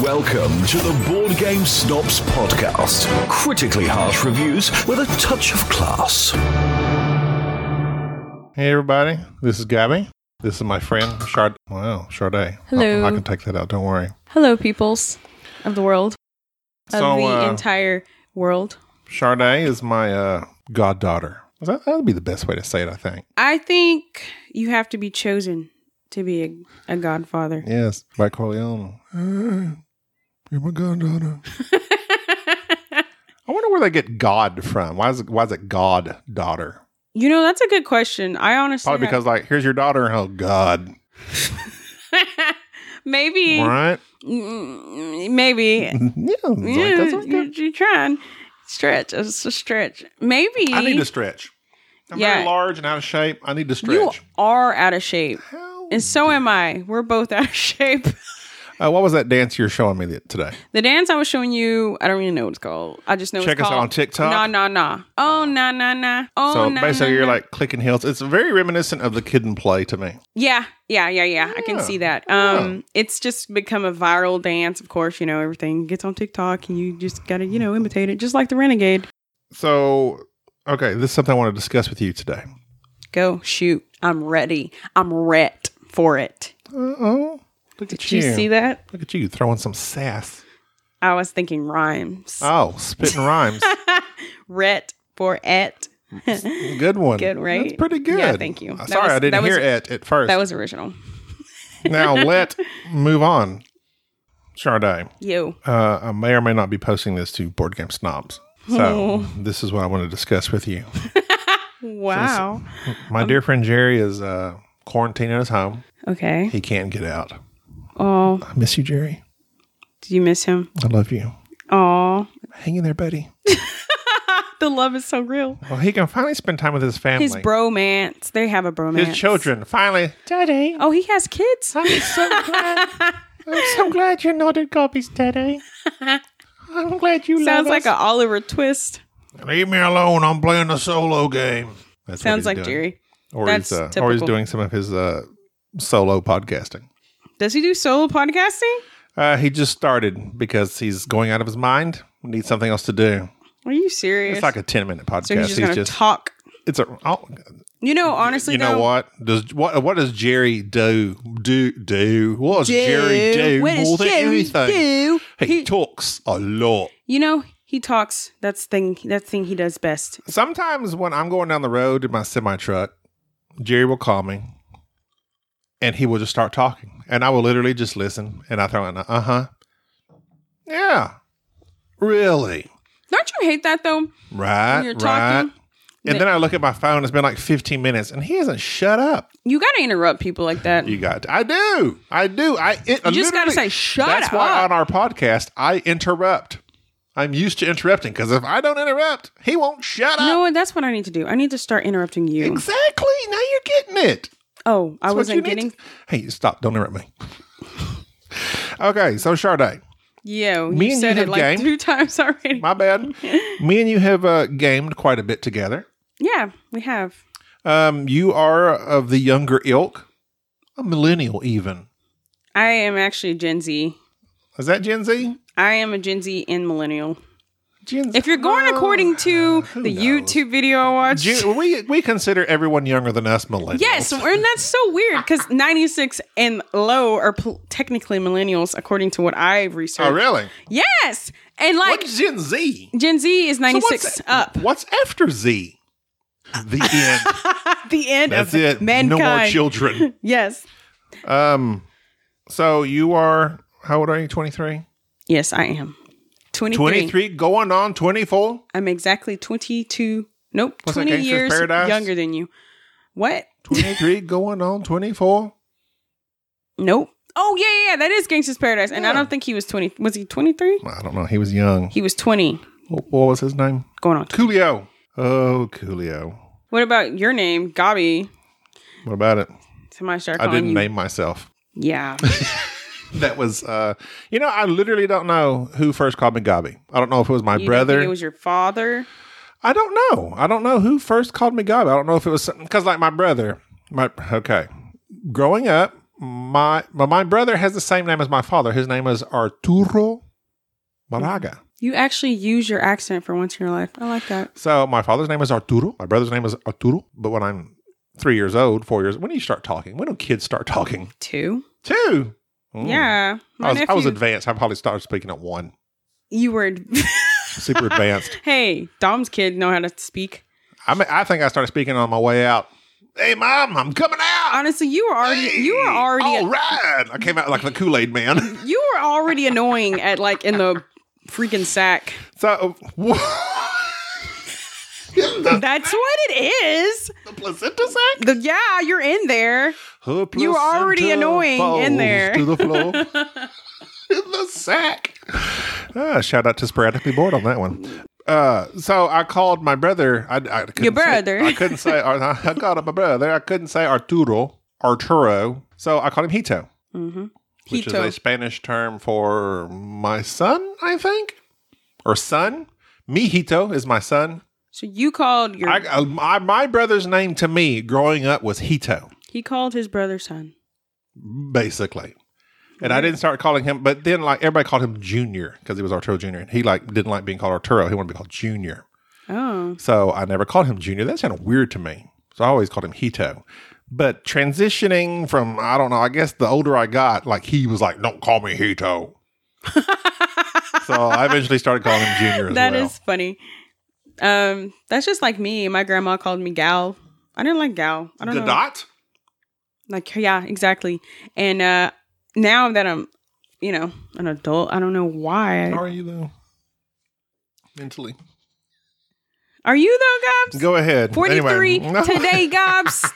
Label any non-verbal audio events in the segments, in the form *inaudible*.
Welcome to the Board Game Snobs podcast. Critically harsh reviews with a touch of class. Hey everybody, this is Gabby. This is my friend Shard. Wow, Sharday. Hello. I, I can take that out. Don't worry. Hello, peoples of the world, of So, the uh, entire world. Sharday is my uh, goddaughter. That that'd be the best way to say it, I think. I think you have to be chosen to be a, a godfather. Yes, by Corleone. Hey, you're my goddaughter. *laughs* I wonder where they get God from. Why is it, why is it God daughter? you know, that's a good question. I honestly Probably because like, here's your daughter. Oh God, because maybe right? *laughs* Mm, maybe yeah, it's like, that's yeah, okay. you, you're trying stretch. It's a stretch. Maybe I need to stretch. I'm Yeah. very large and out of shape. I need to you stretch. are out of shape, How and so am I. We're both out of *laughs* shape. Uh, what was that dance you were showing me th- today? The dance I was showing you, I don't even know what it's called. I just know Check it's us out called on TikTok. Nah, nah, nah. Oh, nah, nah, nah. Oh, so nah, basically, nah, you're nah. like clicking heels. It's very reminiscent of the kid and play to me. yeah, yeah, yeah, yeah. I can Yeah, see that. Um, it's just become a viral dance. Of course, you know everything gets on TikTok, and you just gotta, you know, imitate it, just like the renegade. So, okay, this is something I want to discuss with you today. Go shoot. I'm ready. I'm ret for it. Uh oh. Look Did at you you. see that? Look at you throwing some sass. I was thinking rhymes. Oh, spitting *laughs* rhymes. ret for it. good one. Good, right? That's pretty good. Yeah, thank you. Uh, That Sorry, was- I didn't that was- hear it at first. That was *laughs* original. now let move on. Charday, Yo. uh, I may or may not be posting this to Board Game Snobs. So, Oh. this is what I want to discuss with you. Wow. My dear friend Jerry is uh, quarantined at his home. Okay. He can't get out. Oh, I miss you, Jerry. do you miss him? I love you. Oh, Hang in there, buddy. the love is so real. Well, he can finally spend time with his family. His bromance. They have a bromance. His children. Finally. Daddy. Oh, he has kids. I'm so *laughs* glad. I'm so glad you're not at Gobby's, Daddy. I'm glad you Sounds like a Oliver Twist. Leave me alone. I'm playing a solo game. That's what Sounds he's like doing. Jerry. Or That's he's, uh, or he's typical. doing some of his uh, solo podcasting. Does he do solo podcasting? Uh, he just started because he's going out of his mind. Needs something else to do. Are you serious? It's like a ten minute podcast. so he's just gonna talk. it's a oh, You know, honestly, you know though, what does what what does Jerry do do do what does Jerry do What does more than Jerry anything? do? He, He- talks a lot. you know, he talks. That's thing. That thing he does best. Sometimes when I'm going down the road in my semi truck, Jerry will call me, and he will just start talking, and I will literally just listen, and I throw in uh huh, yeah, really, Don't you hate that though? right, You're right. talking. And then I look at my phone. It's been like 15 minutes, and he hasn't shut up. You gotta interrupt people like that. You got. I do. I do. I. It, You just gotta literally- say, "Shut That's why up." on our podcast, I interrupt. I'm used to interrupting because if I don't interrupt, he won't shut You know up. what? That's what I need to do. I need to start interrupting you. Exactly. Now you're getting it. oh, That's what I you wasn't need getting. to- hey, stop! Don't interrupt me. okay, so Sharday, Yo, Me and you you said have it like game. two *laughs* times already. my *laughs* bad. Me and you have uh, gamed quite a bit together. yeah, we have. Um, you are of the younger ilk, a millennial even. I am actually Gen Z. Is that Gen Z? I am a Gen Z and millennial. Gen Z. If you're going No. according to the uh, knows? YouTube video I watched, Gen- we we consider everyone younger than us millennials. yes, and that's so weird because 96 and low are pl- technically millennials according to what I've researched. Oh, really? Yes, and like What's Gen Z? Gen Z is So 96 what's, *laughs* up. What's after Z? *laughs* The end. The end That's of it. mankind. No more children. Yes, Um. So you are how old are you? Twenty three. yes, I am. 23. Twenty three. Going on twenty four. I'm exactly 22. Nope, What's that, 20 Gangsta's years Paradise? younger than you. What? Twenty three. going on twenty four. Nope. Oh yeah, yeah, yeah, that is Gangsta's Paradise, and I Yeah. don't think he was twenty. Was he twenty three? I don't know. He was young. He was twenty, What, what was his name? going on. 20. Coolio. Oh, Coolio. What about your name, Gabi? What about it? Somebody started I calling didn't you. name myself. yeah, That was, uh, you know, I literally don't know who first called me Gobby. I don't know if it was my You didn't brother. think It was your father. I don't know. I don't know who first called me God. I don't know if it was something because, like, my brother, my okay, growing up, my but my brother has the same name as my father. His name is Arturo Moraga. You actually use your accent for once in your life. I like that. So my father's name is Arturo. My brother's name is Arturo. But when I'm three years old, four years, when do you start talking? When do kids start talking? Two. Two. Mm. Yeah. My I was, I was nephew- advanced. I probably started speaking at one. you were. Super advanced. *laughs* hey, Dom's kid know how to speak. I mean, I think I started speaking on my way out. Hey, mom, I'm coming out. Honestly, you were already. You were Hey, already. All right. I came out like the Kool Aid man. *laughs* You were already annoying at like in the freaking sack. So, what? In the, That's what it is. the placenta sack? The, yeah, you're in there. Her You were already placenta annoying falls in there. To the floor. *laughs* *laughs* in the sack. Ah, shout out to sporadically bored on that one. Uh, so I called my brother. I, I couldn't Your say- brother. I couldn't *laughs* say. I, I called up my brother. I couldn't say Arturo. Arturo. So I called him Hito, Mm-hmm. which is a Hito. Spanish term for my son, I think, or son. Mi Hito is my son. So you called your. I, uh, my, my brother's name to me growing up was Hito. he called his brother son. basically. And I didn't start calling him, but then like everybody called him Junior because he was Arturo Junior, and he like didn't like being called Arturo. He wanted to be called Junior, Oh. so I never called him Junior. That sounded weird to me, so I always called him Hito. But transitioning from I don't know, I guess the older I got, like he was like, "Don't call me *laughs* Hito." so I eventually started calling him Junior as That well. is funny. Um, that's just like me. My grandma called me gal. I didn't like gal. I don't know. Gadot? Like yeah, exactly. And uh now that I'm, you know, an adult, I don't know why. How Are, are you though? Mentally, you though, Gobs? go ahead. Forty three Anyway. *laughs* today, Gobs.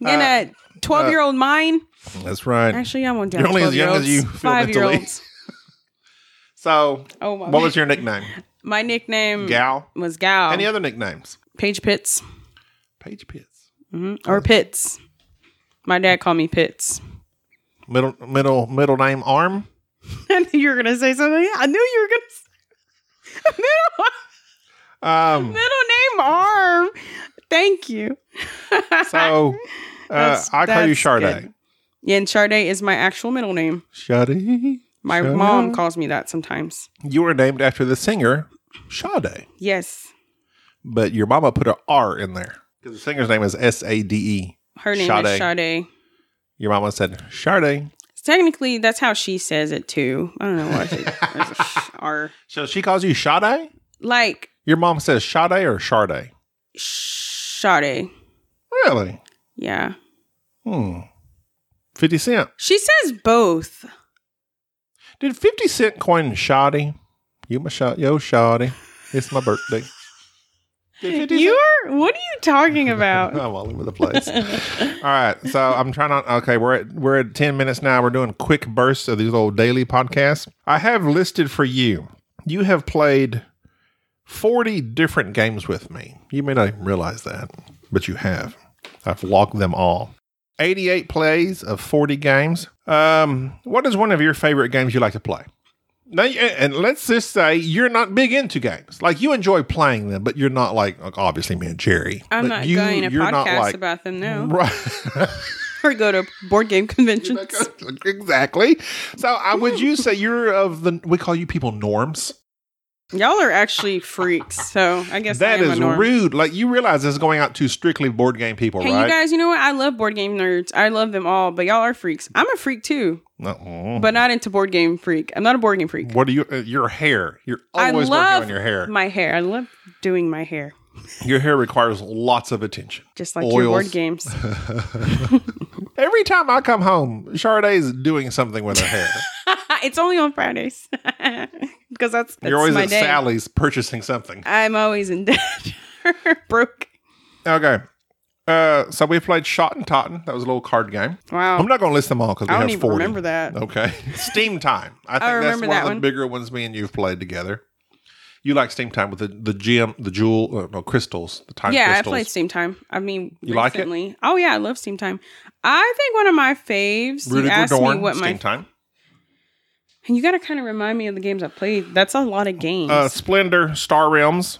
In Uh, a twelve year old mind. That's right. Actually, I won't. You're only as young as you feel Five *laughs* year olds. So, Oh my. what was your nickname? my nickname? Gal. was Gal. Any other nicknames? Page Pitts Page Pitts. hmm or Pitts. My dad called me Pitts. Middle middle middle name Arm. *laughs* I knew you were gonna say something. I knew you were gonna say *laughs* middle, Um, middle name arm. Thank you. *laughs* so uh, That's- I call you that's Sharday. good. Yeah, and Charday is my actual middle name. Sharday. My Sharday. mom calls me that sometimes. You were named after the singer Sade, Yes. but your mama put a R in there because the singer's name is S A D E. Her name Sade. is Sade. Your mama said Sharday, Technically, that's how she says it too. I don't know why she- there's *laughs* a sh- R. so she calls you Sade. Like Your mom says Sade or Sharday. Sade. Really? Yeah. Hmm. Fifty Cent She says both. did Fifty Cent coin Shoddy? You my shot, yo Shoddy. It's my birthday. Did 50 Cent- You're what are you *laughs* talking about? I'm all over the place. all right, so I'm trying on. Okay, we're at we're at ten minutes now. We're doing quick bursts of these little daily podcasts. I have listed for you. You have played forty different games with me. You may not even realize that, but you have. I've logged them all. Eighty-eight plays of forty games. Um, what is one of your favorite games you like to play? Now, you- and let's just say you're not big into games. Like you enjoy playing them, but you're not like obviously me and Jerry. I'm but not you- going to you're not, podcast like, about them now. *laughs* Right. *laughs* or go to board game conventions. exactly. So, I would you say you're of the we call you people norms? Y'all are actually freaks, so I guess that I am a is norm. rude. Like you realize this is going out to strictly board game people, Hey, right? you guys, you know what? I love board game nerds. I love them all, but y'all are freaks. I'm a freak too, Uh-uh. but not into board game freak. I'm not a board game freak. what do you? Uh, your hair. You're I always working love on your hair. my hair. I love doing my hair, your hair requires lots of attention. just like your board Oils. *laughs* games. *laughs* Every time I come home, Shardae's doing something with her *laughs* hair. it's only on Fridays *laughs* because that's, that's you're always my at day. Sally's purchasing something. I'm always in *laughs* debt, or broke. Okay. Uh, so we played Shot and Totten. That was a little card game. Wow, I'm not going to list them all because we Oh. I don't have even 40. remember that. Okay. *laughs* Steam Time. I think that's remember one that of the one. bigger ones me and you've played together. You like Steam Time with the, the gem, the jewel, uh, no, crystals, the time yeah, crystals. I played Steam Time. I mean, You like it? recently. Oh yeah, I love Steam Time. I think one of my faves. you Rudiger asked Dorn, me what Steam my Time. and you got to kind of remind me of the games I played. That's a lot of games. Uh, Splendor, Star Realms,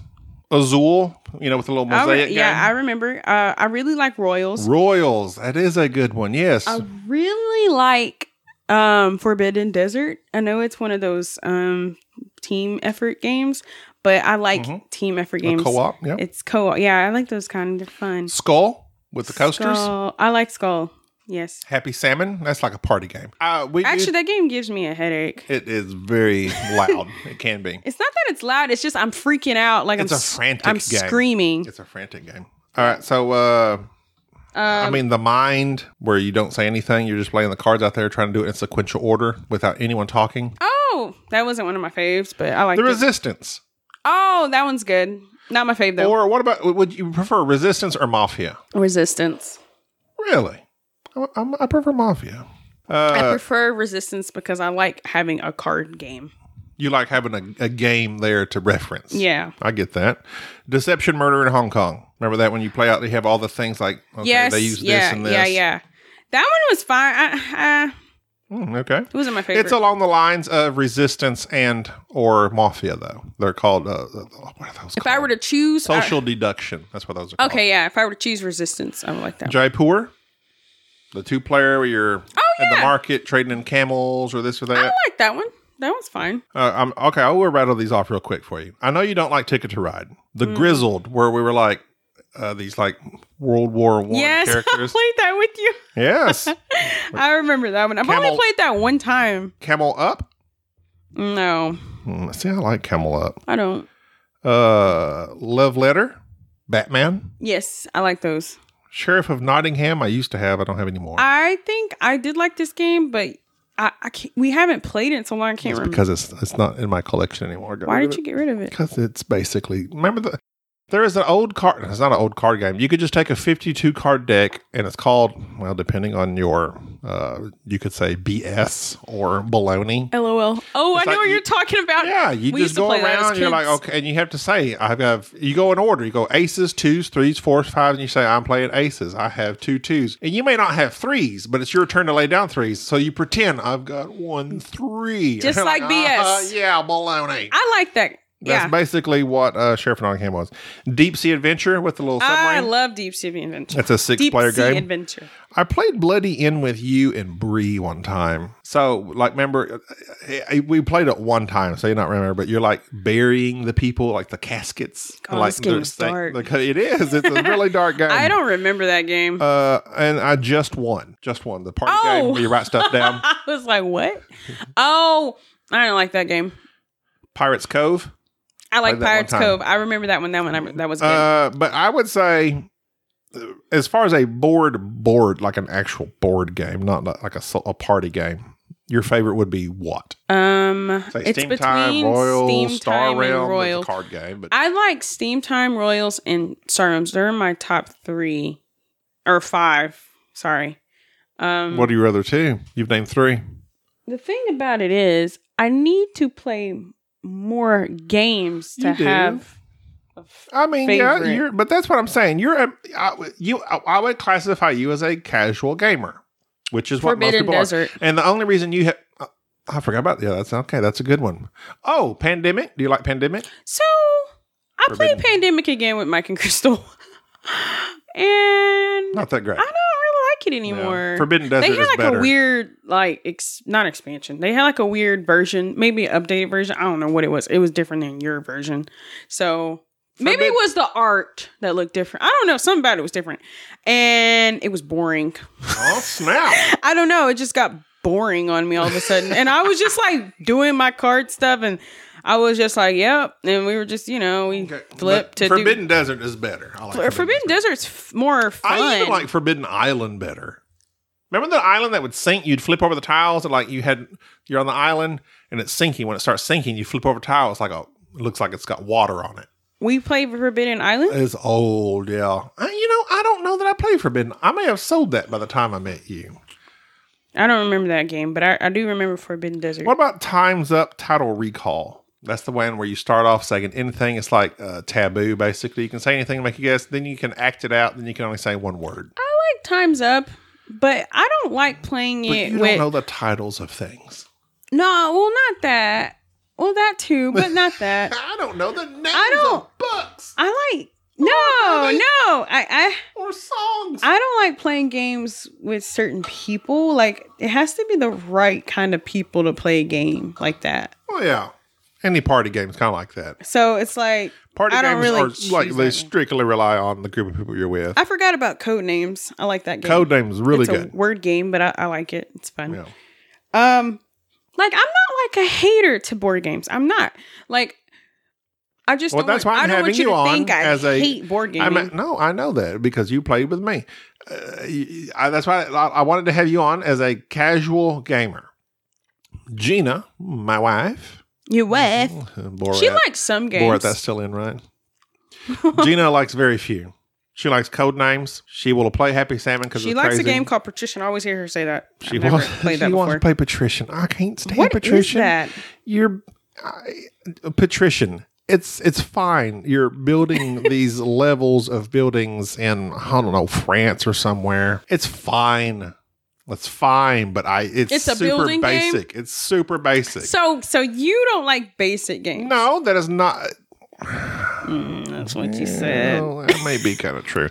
Azul, you know, with a little I re- mosaic. Oh, yeah, I game. remember. Uh, I really like Royals. Royals. That is a good one. Yes. I really like um, Forbidden Desert. I know it's one of those um, team effort games, but I like team effort A games. Mm-hmm. co-op. Yeah. It's co-op. Yeah, I like those kind. They're fun. Skull with the coasters. Skull. I like Skull. Yes. Happy Salmon. That's like a party game. Uh, we Actually, Actually, that game gives me a headache. it is very *laughs* loud. it can be. It's not that it's loud. It's just I'm freaking out. Like It's I'm a s- frantic I'm game. screaming. It's a frantic game. All right. So, uh, I Um, mean, the mind where you don't say anything, you're just playing the cards out there, trying to do it in sequential order without anyone talking. Oh, that wasn't one of my faves, but I like The it. resistance. Oh, that one's good. Not my fave though. Or what about would you prefer resistance or mafia? Resistance. Really? I, I'm, I prefer mafia. Uh, I prefer Resistance because I like having a card game. You like having a, a game there to reference. Yeah. I get that. Deception murder in Hong Kong. Remember that when you play out, they have all the things like okay, yes. they use yeah. this and this. Yeah. Yeah. That one was fine. I, I, Mm, okay. it wasn't my favorite. It's along the lines of resistance and or mafia though. They're called uh, what are those? if I were to choose I- social deduction. That's what those are. okay. Yeah. If I were to choose Resistance, I would like that. one. Called. Jaipur. The two player where you're in the Oh, yeah. market trading in camels or this or I that. like that one. That one's fine. Uh, I'm okay. I will rattle these off real quick for you. I know you don't like Ticket to Ride, the Mm. Grizzled, where we were like uh, these like World War One yes, *laughs* I characters. played that with you. yes, I remember that one. I've Camel- only played that one time. Camel Up. No, Hmm, see, I like Camel Up. I don't. Uh, Love Letter, Batman, Yes, I like those. Sheriff of Nottingham. I used to have. I don't have any more. I think I did like this game, but I, I can't, we haven't played it in so long. I can't it's remember. because it's it's not in my collection anymore. I got Why rid did of you it. get rid of it? Because it's basically remember the. There is an old card. It's not an old card game. You could just take a fifty-two card deck, and it's called well, depending on your, uh, you could say BS or baloney. LOL. Oh, It's like I know what you- you're talking about. Yeah, *laughs* you We just used to go play that as around. You're like kids. okay, and you have to say I have. You go in order. You go aces, twos, threes, fours, fives, and you say I'm playing aces. I have two twos, and you may not have threes, but it's your turn to lay down threes. So you pretend I've got one three, *laughs* Just You're like BS. yeah, baloney. I like that. That's yeah. basically what uh, Sheriff of Nottingham was. Deep Sea Adventure with the little I submarine. love Deep Sea Adventure. That's a six Deep player Sea game. Adventure. I played Bloody In with you and Bree one time. So, like, remember, uh, uh, we played it one time, so you don't remember, but you're like burying the people, like the caskets. God, like, this game there's is thing- dark. like, it is. It's a really *laughs* dark game. I don't remember that game. Um, Uh, and I just won. Just won the party game Oh. where you write stuff down. *laughs* *laughs* I was like, what? Oh, I don't like that game. Pirates Cove. I like Played that one Pirates time. Cove. I remember that one. That one. I, that was good. Uh, but I would say, uh, as far as a board board, like an actual board game, not li- like a, so- a party game, your favorite would be what? um, Say it's between Royal, Steam Star Time Realm, and that's Royal. a card game. But I like Steam Time, Royals, and Star Realms. They're in my top three or five. Sorry. Um, what are your other two? You've named three. The thing about it is, I need to play more games to You do. have. I mean, yeah, Favorite. you're, but that's what I'm saying. You're a, I, w- you. I, I would classify you as a casual gamer, which is what most Forbidden people Desert. are. And the only reason you have. I forgot about yeah. That's okay. That's a good one. Oh, pandemic. Do you like pandemic? So I played Forbidden. Pandemic again with Mike and Crystal, *laughs* and Not that great. I don't really like it Yeah. anymore. Forbidden Desert they had is like better. a weird, like ex- not expansion. They had like a weird version, maybe an updated version. I don't know what it was. It was different than your version, so. Maybe it Forbidden- was the art that looked different. I don't know. Something about it was different. And it was boring. *laughs* oh snap! I don't know. It just got boring on me all of a sudden. And I was just like doing my card stuff and I was just like, yep. And we were just, you know, we But flipped to Forbidden Desert is better. I like do. Forbidden Desert's f- more fun. I even like Forbidden Island better. Remember the island that would sink? You'd flip over the tiles, and like you had, you're on the island, and it's sinking. When it starts sinking, you flip over tiles. Like a, it looks like it's got water on it. we played Forbidden Island. It's old, yeah. I, you know, I don't know that I played Forbidden. I may have sold that by the time I met you. I don't remember that game, but I, I do remember Forbidden Desert. What about Times Up Title Recall? That's the one where you start off saying anything. It's like uh, taboo, basically. You can say anything, make a guess, then you can act it out. Then you can only say one word. I like Time's Up, but I don't like playing But it you with. don't know the titles of things. no, *laughs* well, not that. Well, that too, but not that. I don't know the names I don't- of books. I like no, no. I, I Or songs. I don't like playing games with certain people. Like it has to be the right kind of people to play a game like that. Well, Oh, yeah. Any party games kind of like that. So it's like Party I don't games really are like choose they that. strictly rely on the group of people you're with. I forgot about code names. I like that game. Code name is really it's good. a word game, but I, I like it. It's fun. yeah. Um, like I'm not like a hater to board games. I'm not like I just Well, don't that's why want, I'm I don't having want you, you to on think I as a- hate board I gaming. mean, no, I know that because you played with me. Uh, y- I, that's why I, I wanted to have you on as a casual gamer. Gina, my wife, Your wife, Borat, she likes some Borat, games. that's still in, right? Gina likes very few. She likes code names. She will play Happy Salmon because she it's likes crazy. a game called Patrician. I always hear her say that. She I've never wants, played that she wants to before. play Patrician. I can't stand What is Patrician. that? You're I, Patrician. It's it's fine. You're *laughs* building these levels of buildings in I don't know France or somewhere. It's fine. It's fine, but I it's, It's a super building game? basic. It's super basic. So, so you don't like basic games? no, that is not. that's what you said. Well, that may be kind of true.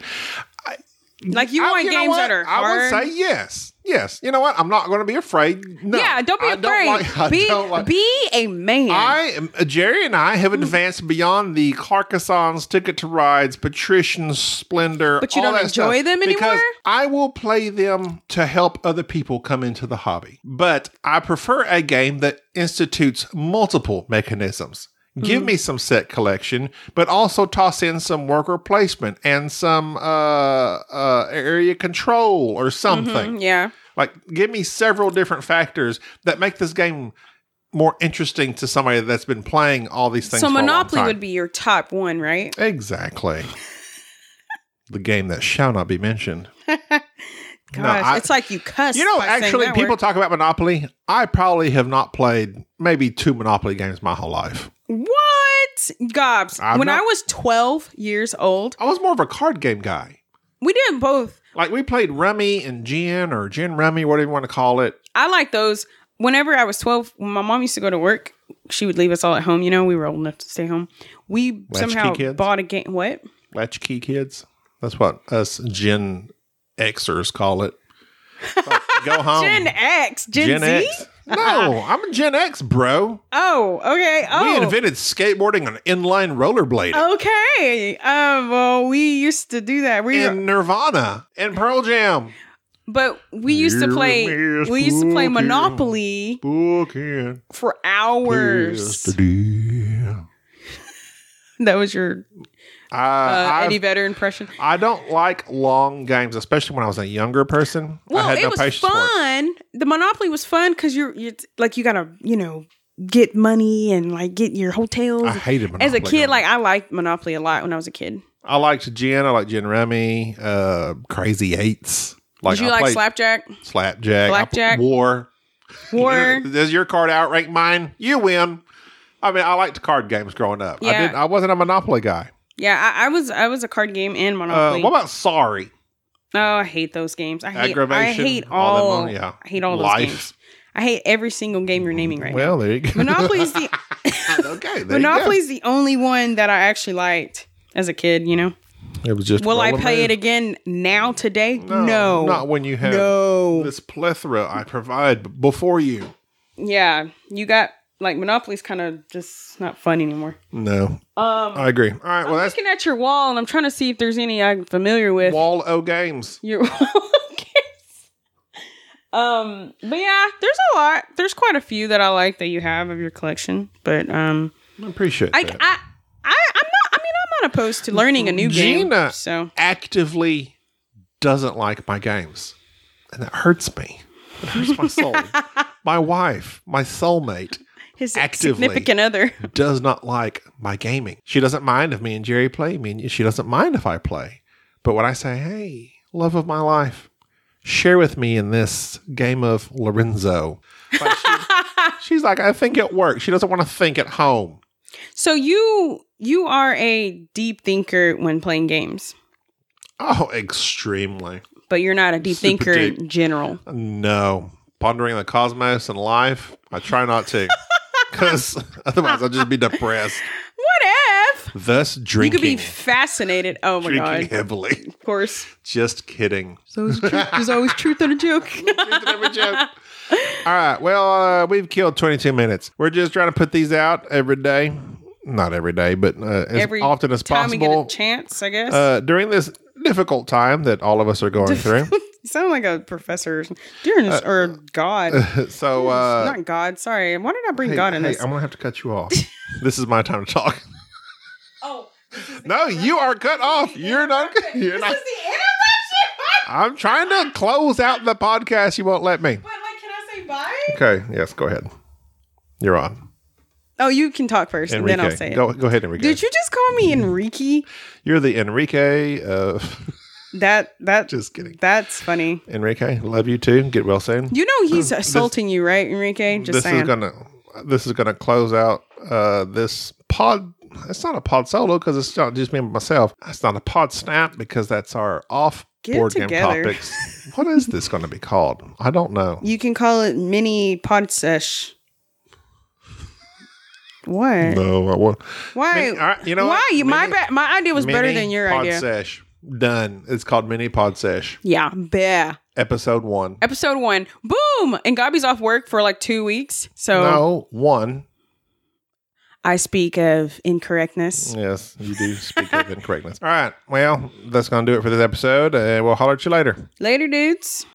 Like *laughs* you I- want Oh, know games that what? are I would hard. say yes, yes. You know what? I'm not going to be afraid. No, yeah, don't be I afraid. like- I be, don't like- be a man. Mm. I am- uh, Jerry and I have advanced beyond the Carcassonne's Ticket to Rides, Patrician Splendor. But you all don't that stuff, enjoy them because anymore? I will play them to help other people come into the hobby. But I prefer a game that institutes multiple mechanisms. Mm. Give me some set collection, but also toss in some worker placement and some uh, uh, area control or something. yeah. Like, give me several different factors that make this game more interesting to somebody that's been playing all these things. So for a long Monopoly time. would be your top one, right? *laughs* exactly the game that shall not be mentioned. Gosh, I- it's like you cuss. You know, by saying actually, that people word. talk about Monopoly. I probably have not played maybe two Monopoly games my whole life. What? Gobs. I'm when not- I was 12 years old, I was more of a card game guy. we did both. Like we played Rummy and Gin or Gin Rummy, whatever you want to call it. I like those. Whenever I was 12, when my mom used to go to work, she would leave us all at home. You know, we were old enough to stay home. We Latchkey somehow kids? bought a game. What? Latchkey kids. That's what us Gen Xers call it. *laughs* Go home. Gen X. Gen, Oh. Gen Z? X. *laughs* No, I'm a Gen X, bro. Oh, okay. Oh. We invented skateboarding and inline rollerblading. Okay. Um, well, we used to do that. We And Nirvana and Pearl Jam. but we used to You're play Miss we used to play Pokemon. Monopoly Book in. for hours. Yesterday. That was your uh, I, Eddie I've- Vedder impression. I don't like long games, especially when I was a younger person. Well, I had it no was patience for it. fun. The Monopoly was fun because you're, you like you gotta you know get money and like get your hotels. I hated Monopoly. As a kid, games. like I liked Monopoly a lot when I was a kid. I liked Gin, I liked Gin Remy, uh, Crazy Eights. Like Did you I like played Slapjack? Slapjack, I pl- Blackjack? War, War? Does your card outrank mine? You win. I mean, I liked card games growing up. I Yeah. didn't. I wasn't a Monopoly guy. yeah, I, I was I was a card game and Uh, Monopoly. what about Sorry? oh, I hate those games. I hate, I Aggravation, hate all that all. money, yeah. I hate all Life. those games. I hate every single game you're naming right well, there you go. now. Monopoly is the *laughs* okay, there Monopoly is the only one that I actually liked as a kid. You know, You go. It was just. will I roller play it blade. again now today? No, not when you have No. this plethora I provide b- before you. yeah, you got like Monopoly's kind of just not fun anymore. No, Um, I agree. All right, well, I'm that's looking at your wall and I'm trying to see if there's any I'm familiar with. Wall O Games. Your *laughs* Um, but yeah, there's a lot. There's quite a few that I like that you have of your collection. But um, I appreciate I, I, that. I, I'm not. I mean, I'm not opposed to learning a new game. Gina. So actively doesn't like my games. And that hurts me. It hurts my soul. my wife, my soulmate, his Actively. significant other. does not like my gaming. She doesn't mind if me and Jerry play. Me and she doesn't mind if I play. But when I say, hey, love of my life, share with me in this game of Lorenzo. Like, she- she's like, I think it works. She doesn't want to think at home. So you you are a deep thinker when playing games, Oh, extremely. but you're not a deep Super thinker deep. in general. No. Pondering the cosmos and *laughs* life, I try not to. Because otherwise I'll just be depressed. What if? thus You could drinking. be fascinated. Oh my *laughs* drinking god! heavily. Of course, Just kidding. *laughs* there's always, truth, there's always truth in a *laughs* joke. All right. Well, uh, we've killed 22 minutes. We're just trying to put these out every day. Not every day, but uh, as Every often as time we possible. get a chance, I guess. uh, during this difficult time that all of us are *laughs* going through. *laughs* you sound like a professor or something. during this, or God, So, uh, not God. Sorry, why did I bring hey, God in hey, this? I'm going to have to cut you *laughs* off. this is my time to talk. *laughs* oh, No, you are cut off. You're not. You're not. the interruption. *laughs* I'm trying to close out the podcast. You won't let me. But like, can I say bye? Okay. Yes. Go ahead. You're on. Oh, you can talk first, Enrique. and then I'll say it. Go, go ahead, Enrique. Did you just call me Enrique? You're the Enrique of That that Just kidding. That's funny. Enrique. Love you too. Get well soon. You know he's assaulting you, right, Enrique? Just this saying. is gonna this is gonna close out uh this pod. It's not a pod solo because it's not just me and myself. It's not a pod snap because that's our off Get board together. game topics. what is this going to be called? I don't *laughs* know. you can call it mini pod sesh. What? No, I won't. Why? Mini- all right, you know Why? what? You- my Mini- ba- my idea was better Mini than your pod idea. Sesh. Done. It's called Mini Pod Sesh, Yeah, bear. episode one. Episode one. Boom! And Gabi's off work for like two weeks, so No, one. I speak of incorrectness. Yes, you do *laughs* speak of incorrectness. All right. Well, that's going to do it for this episode. Uh, we'll holler at you later. Later, dudes.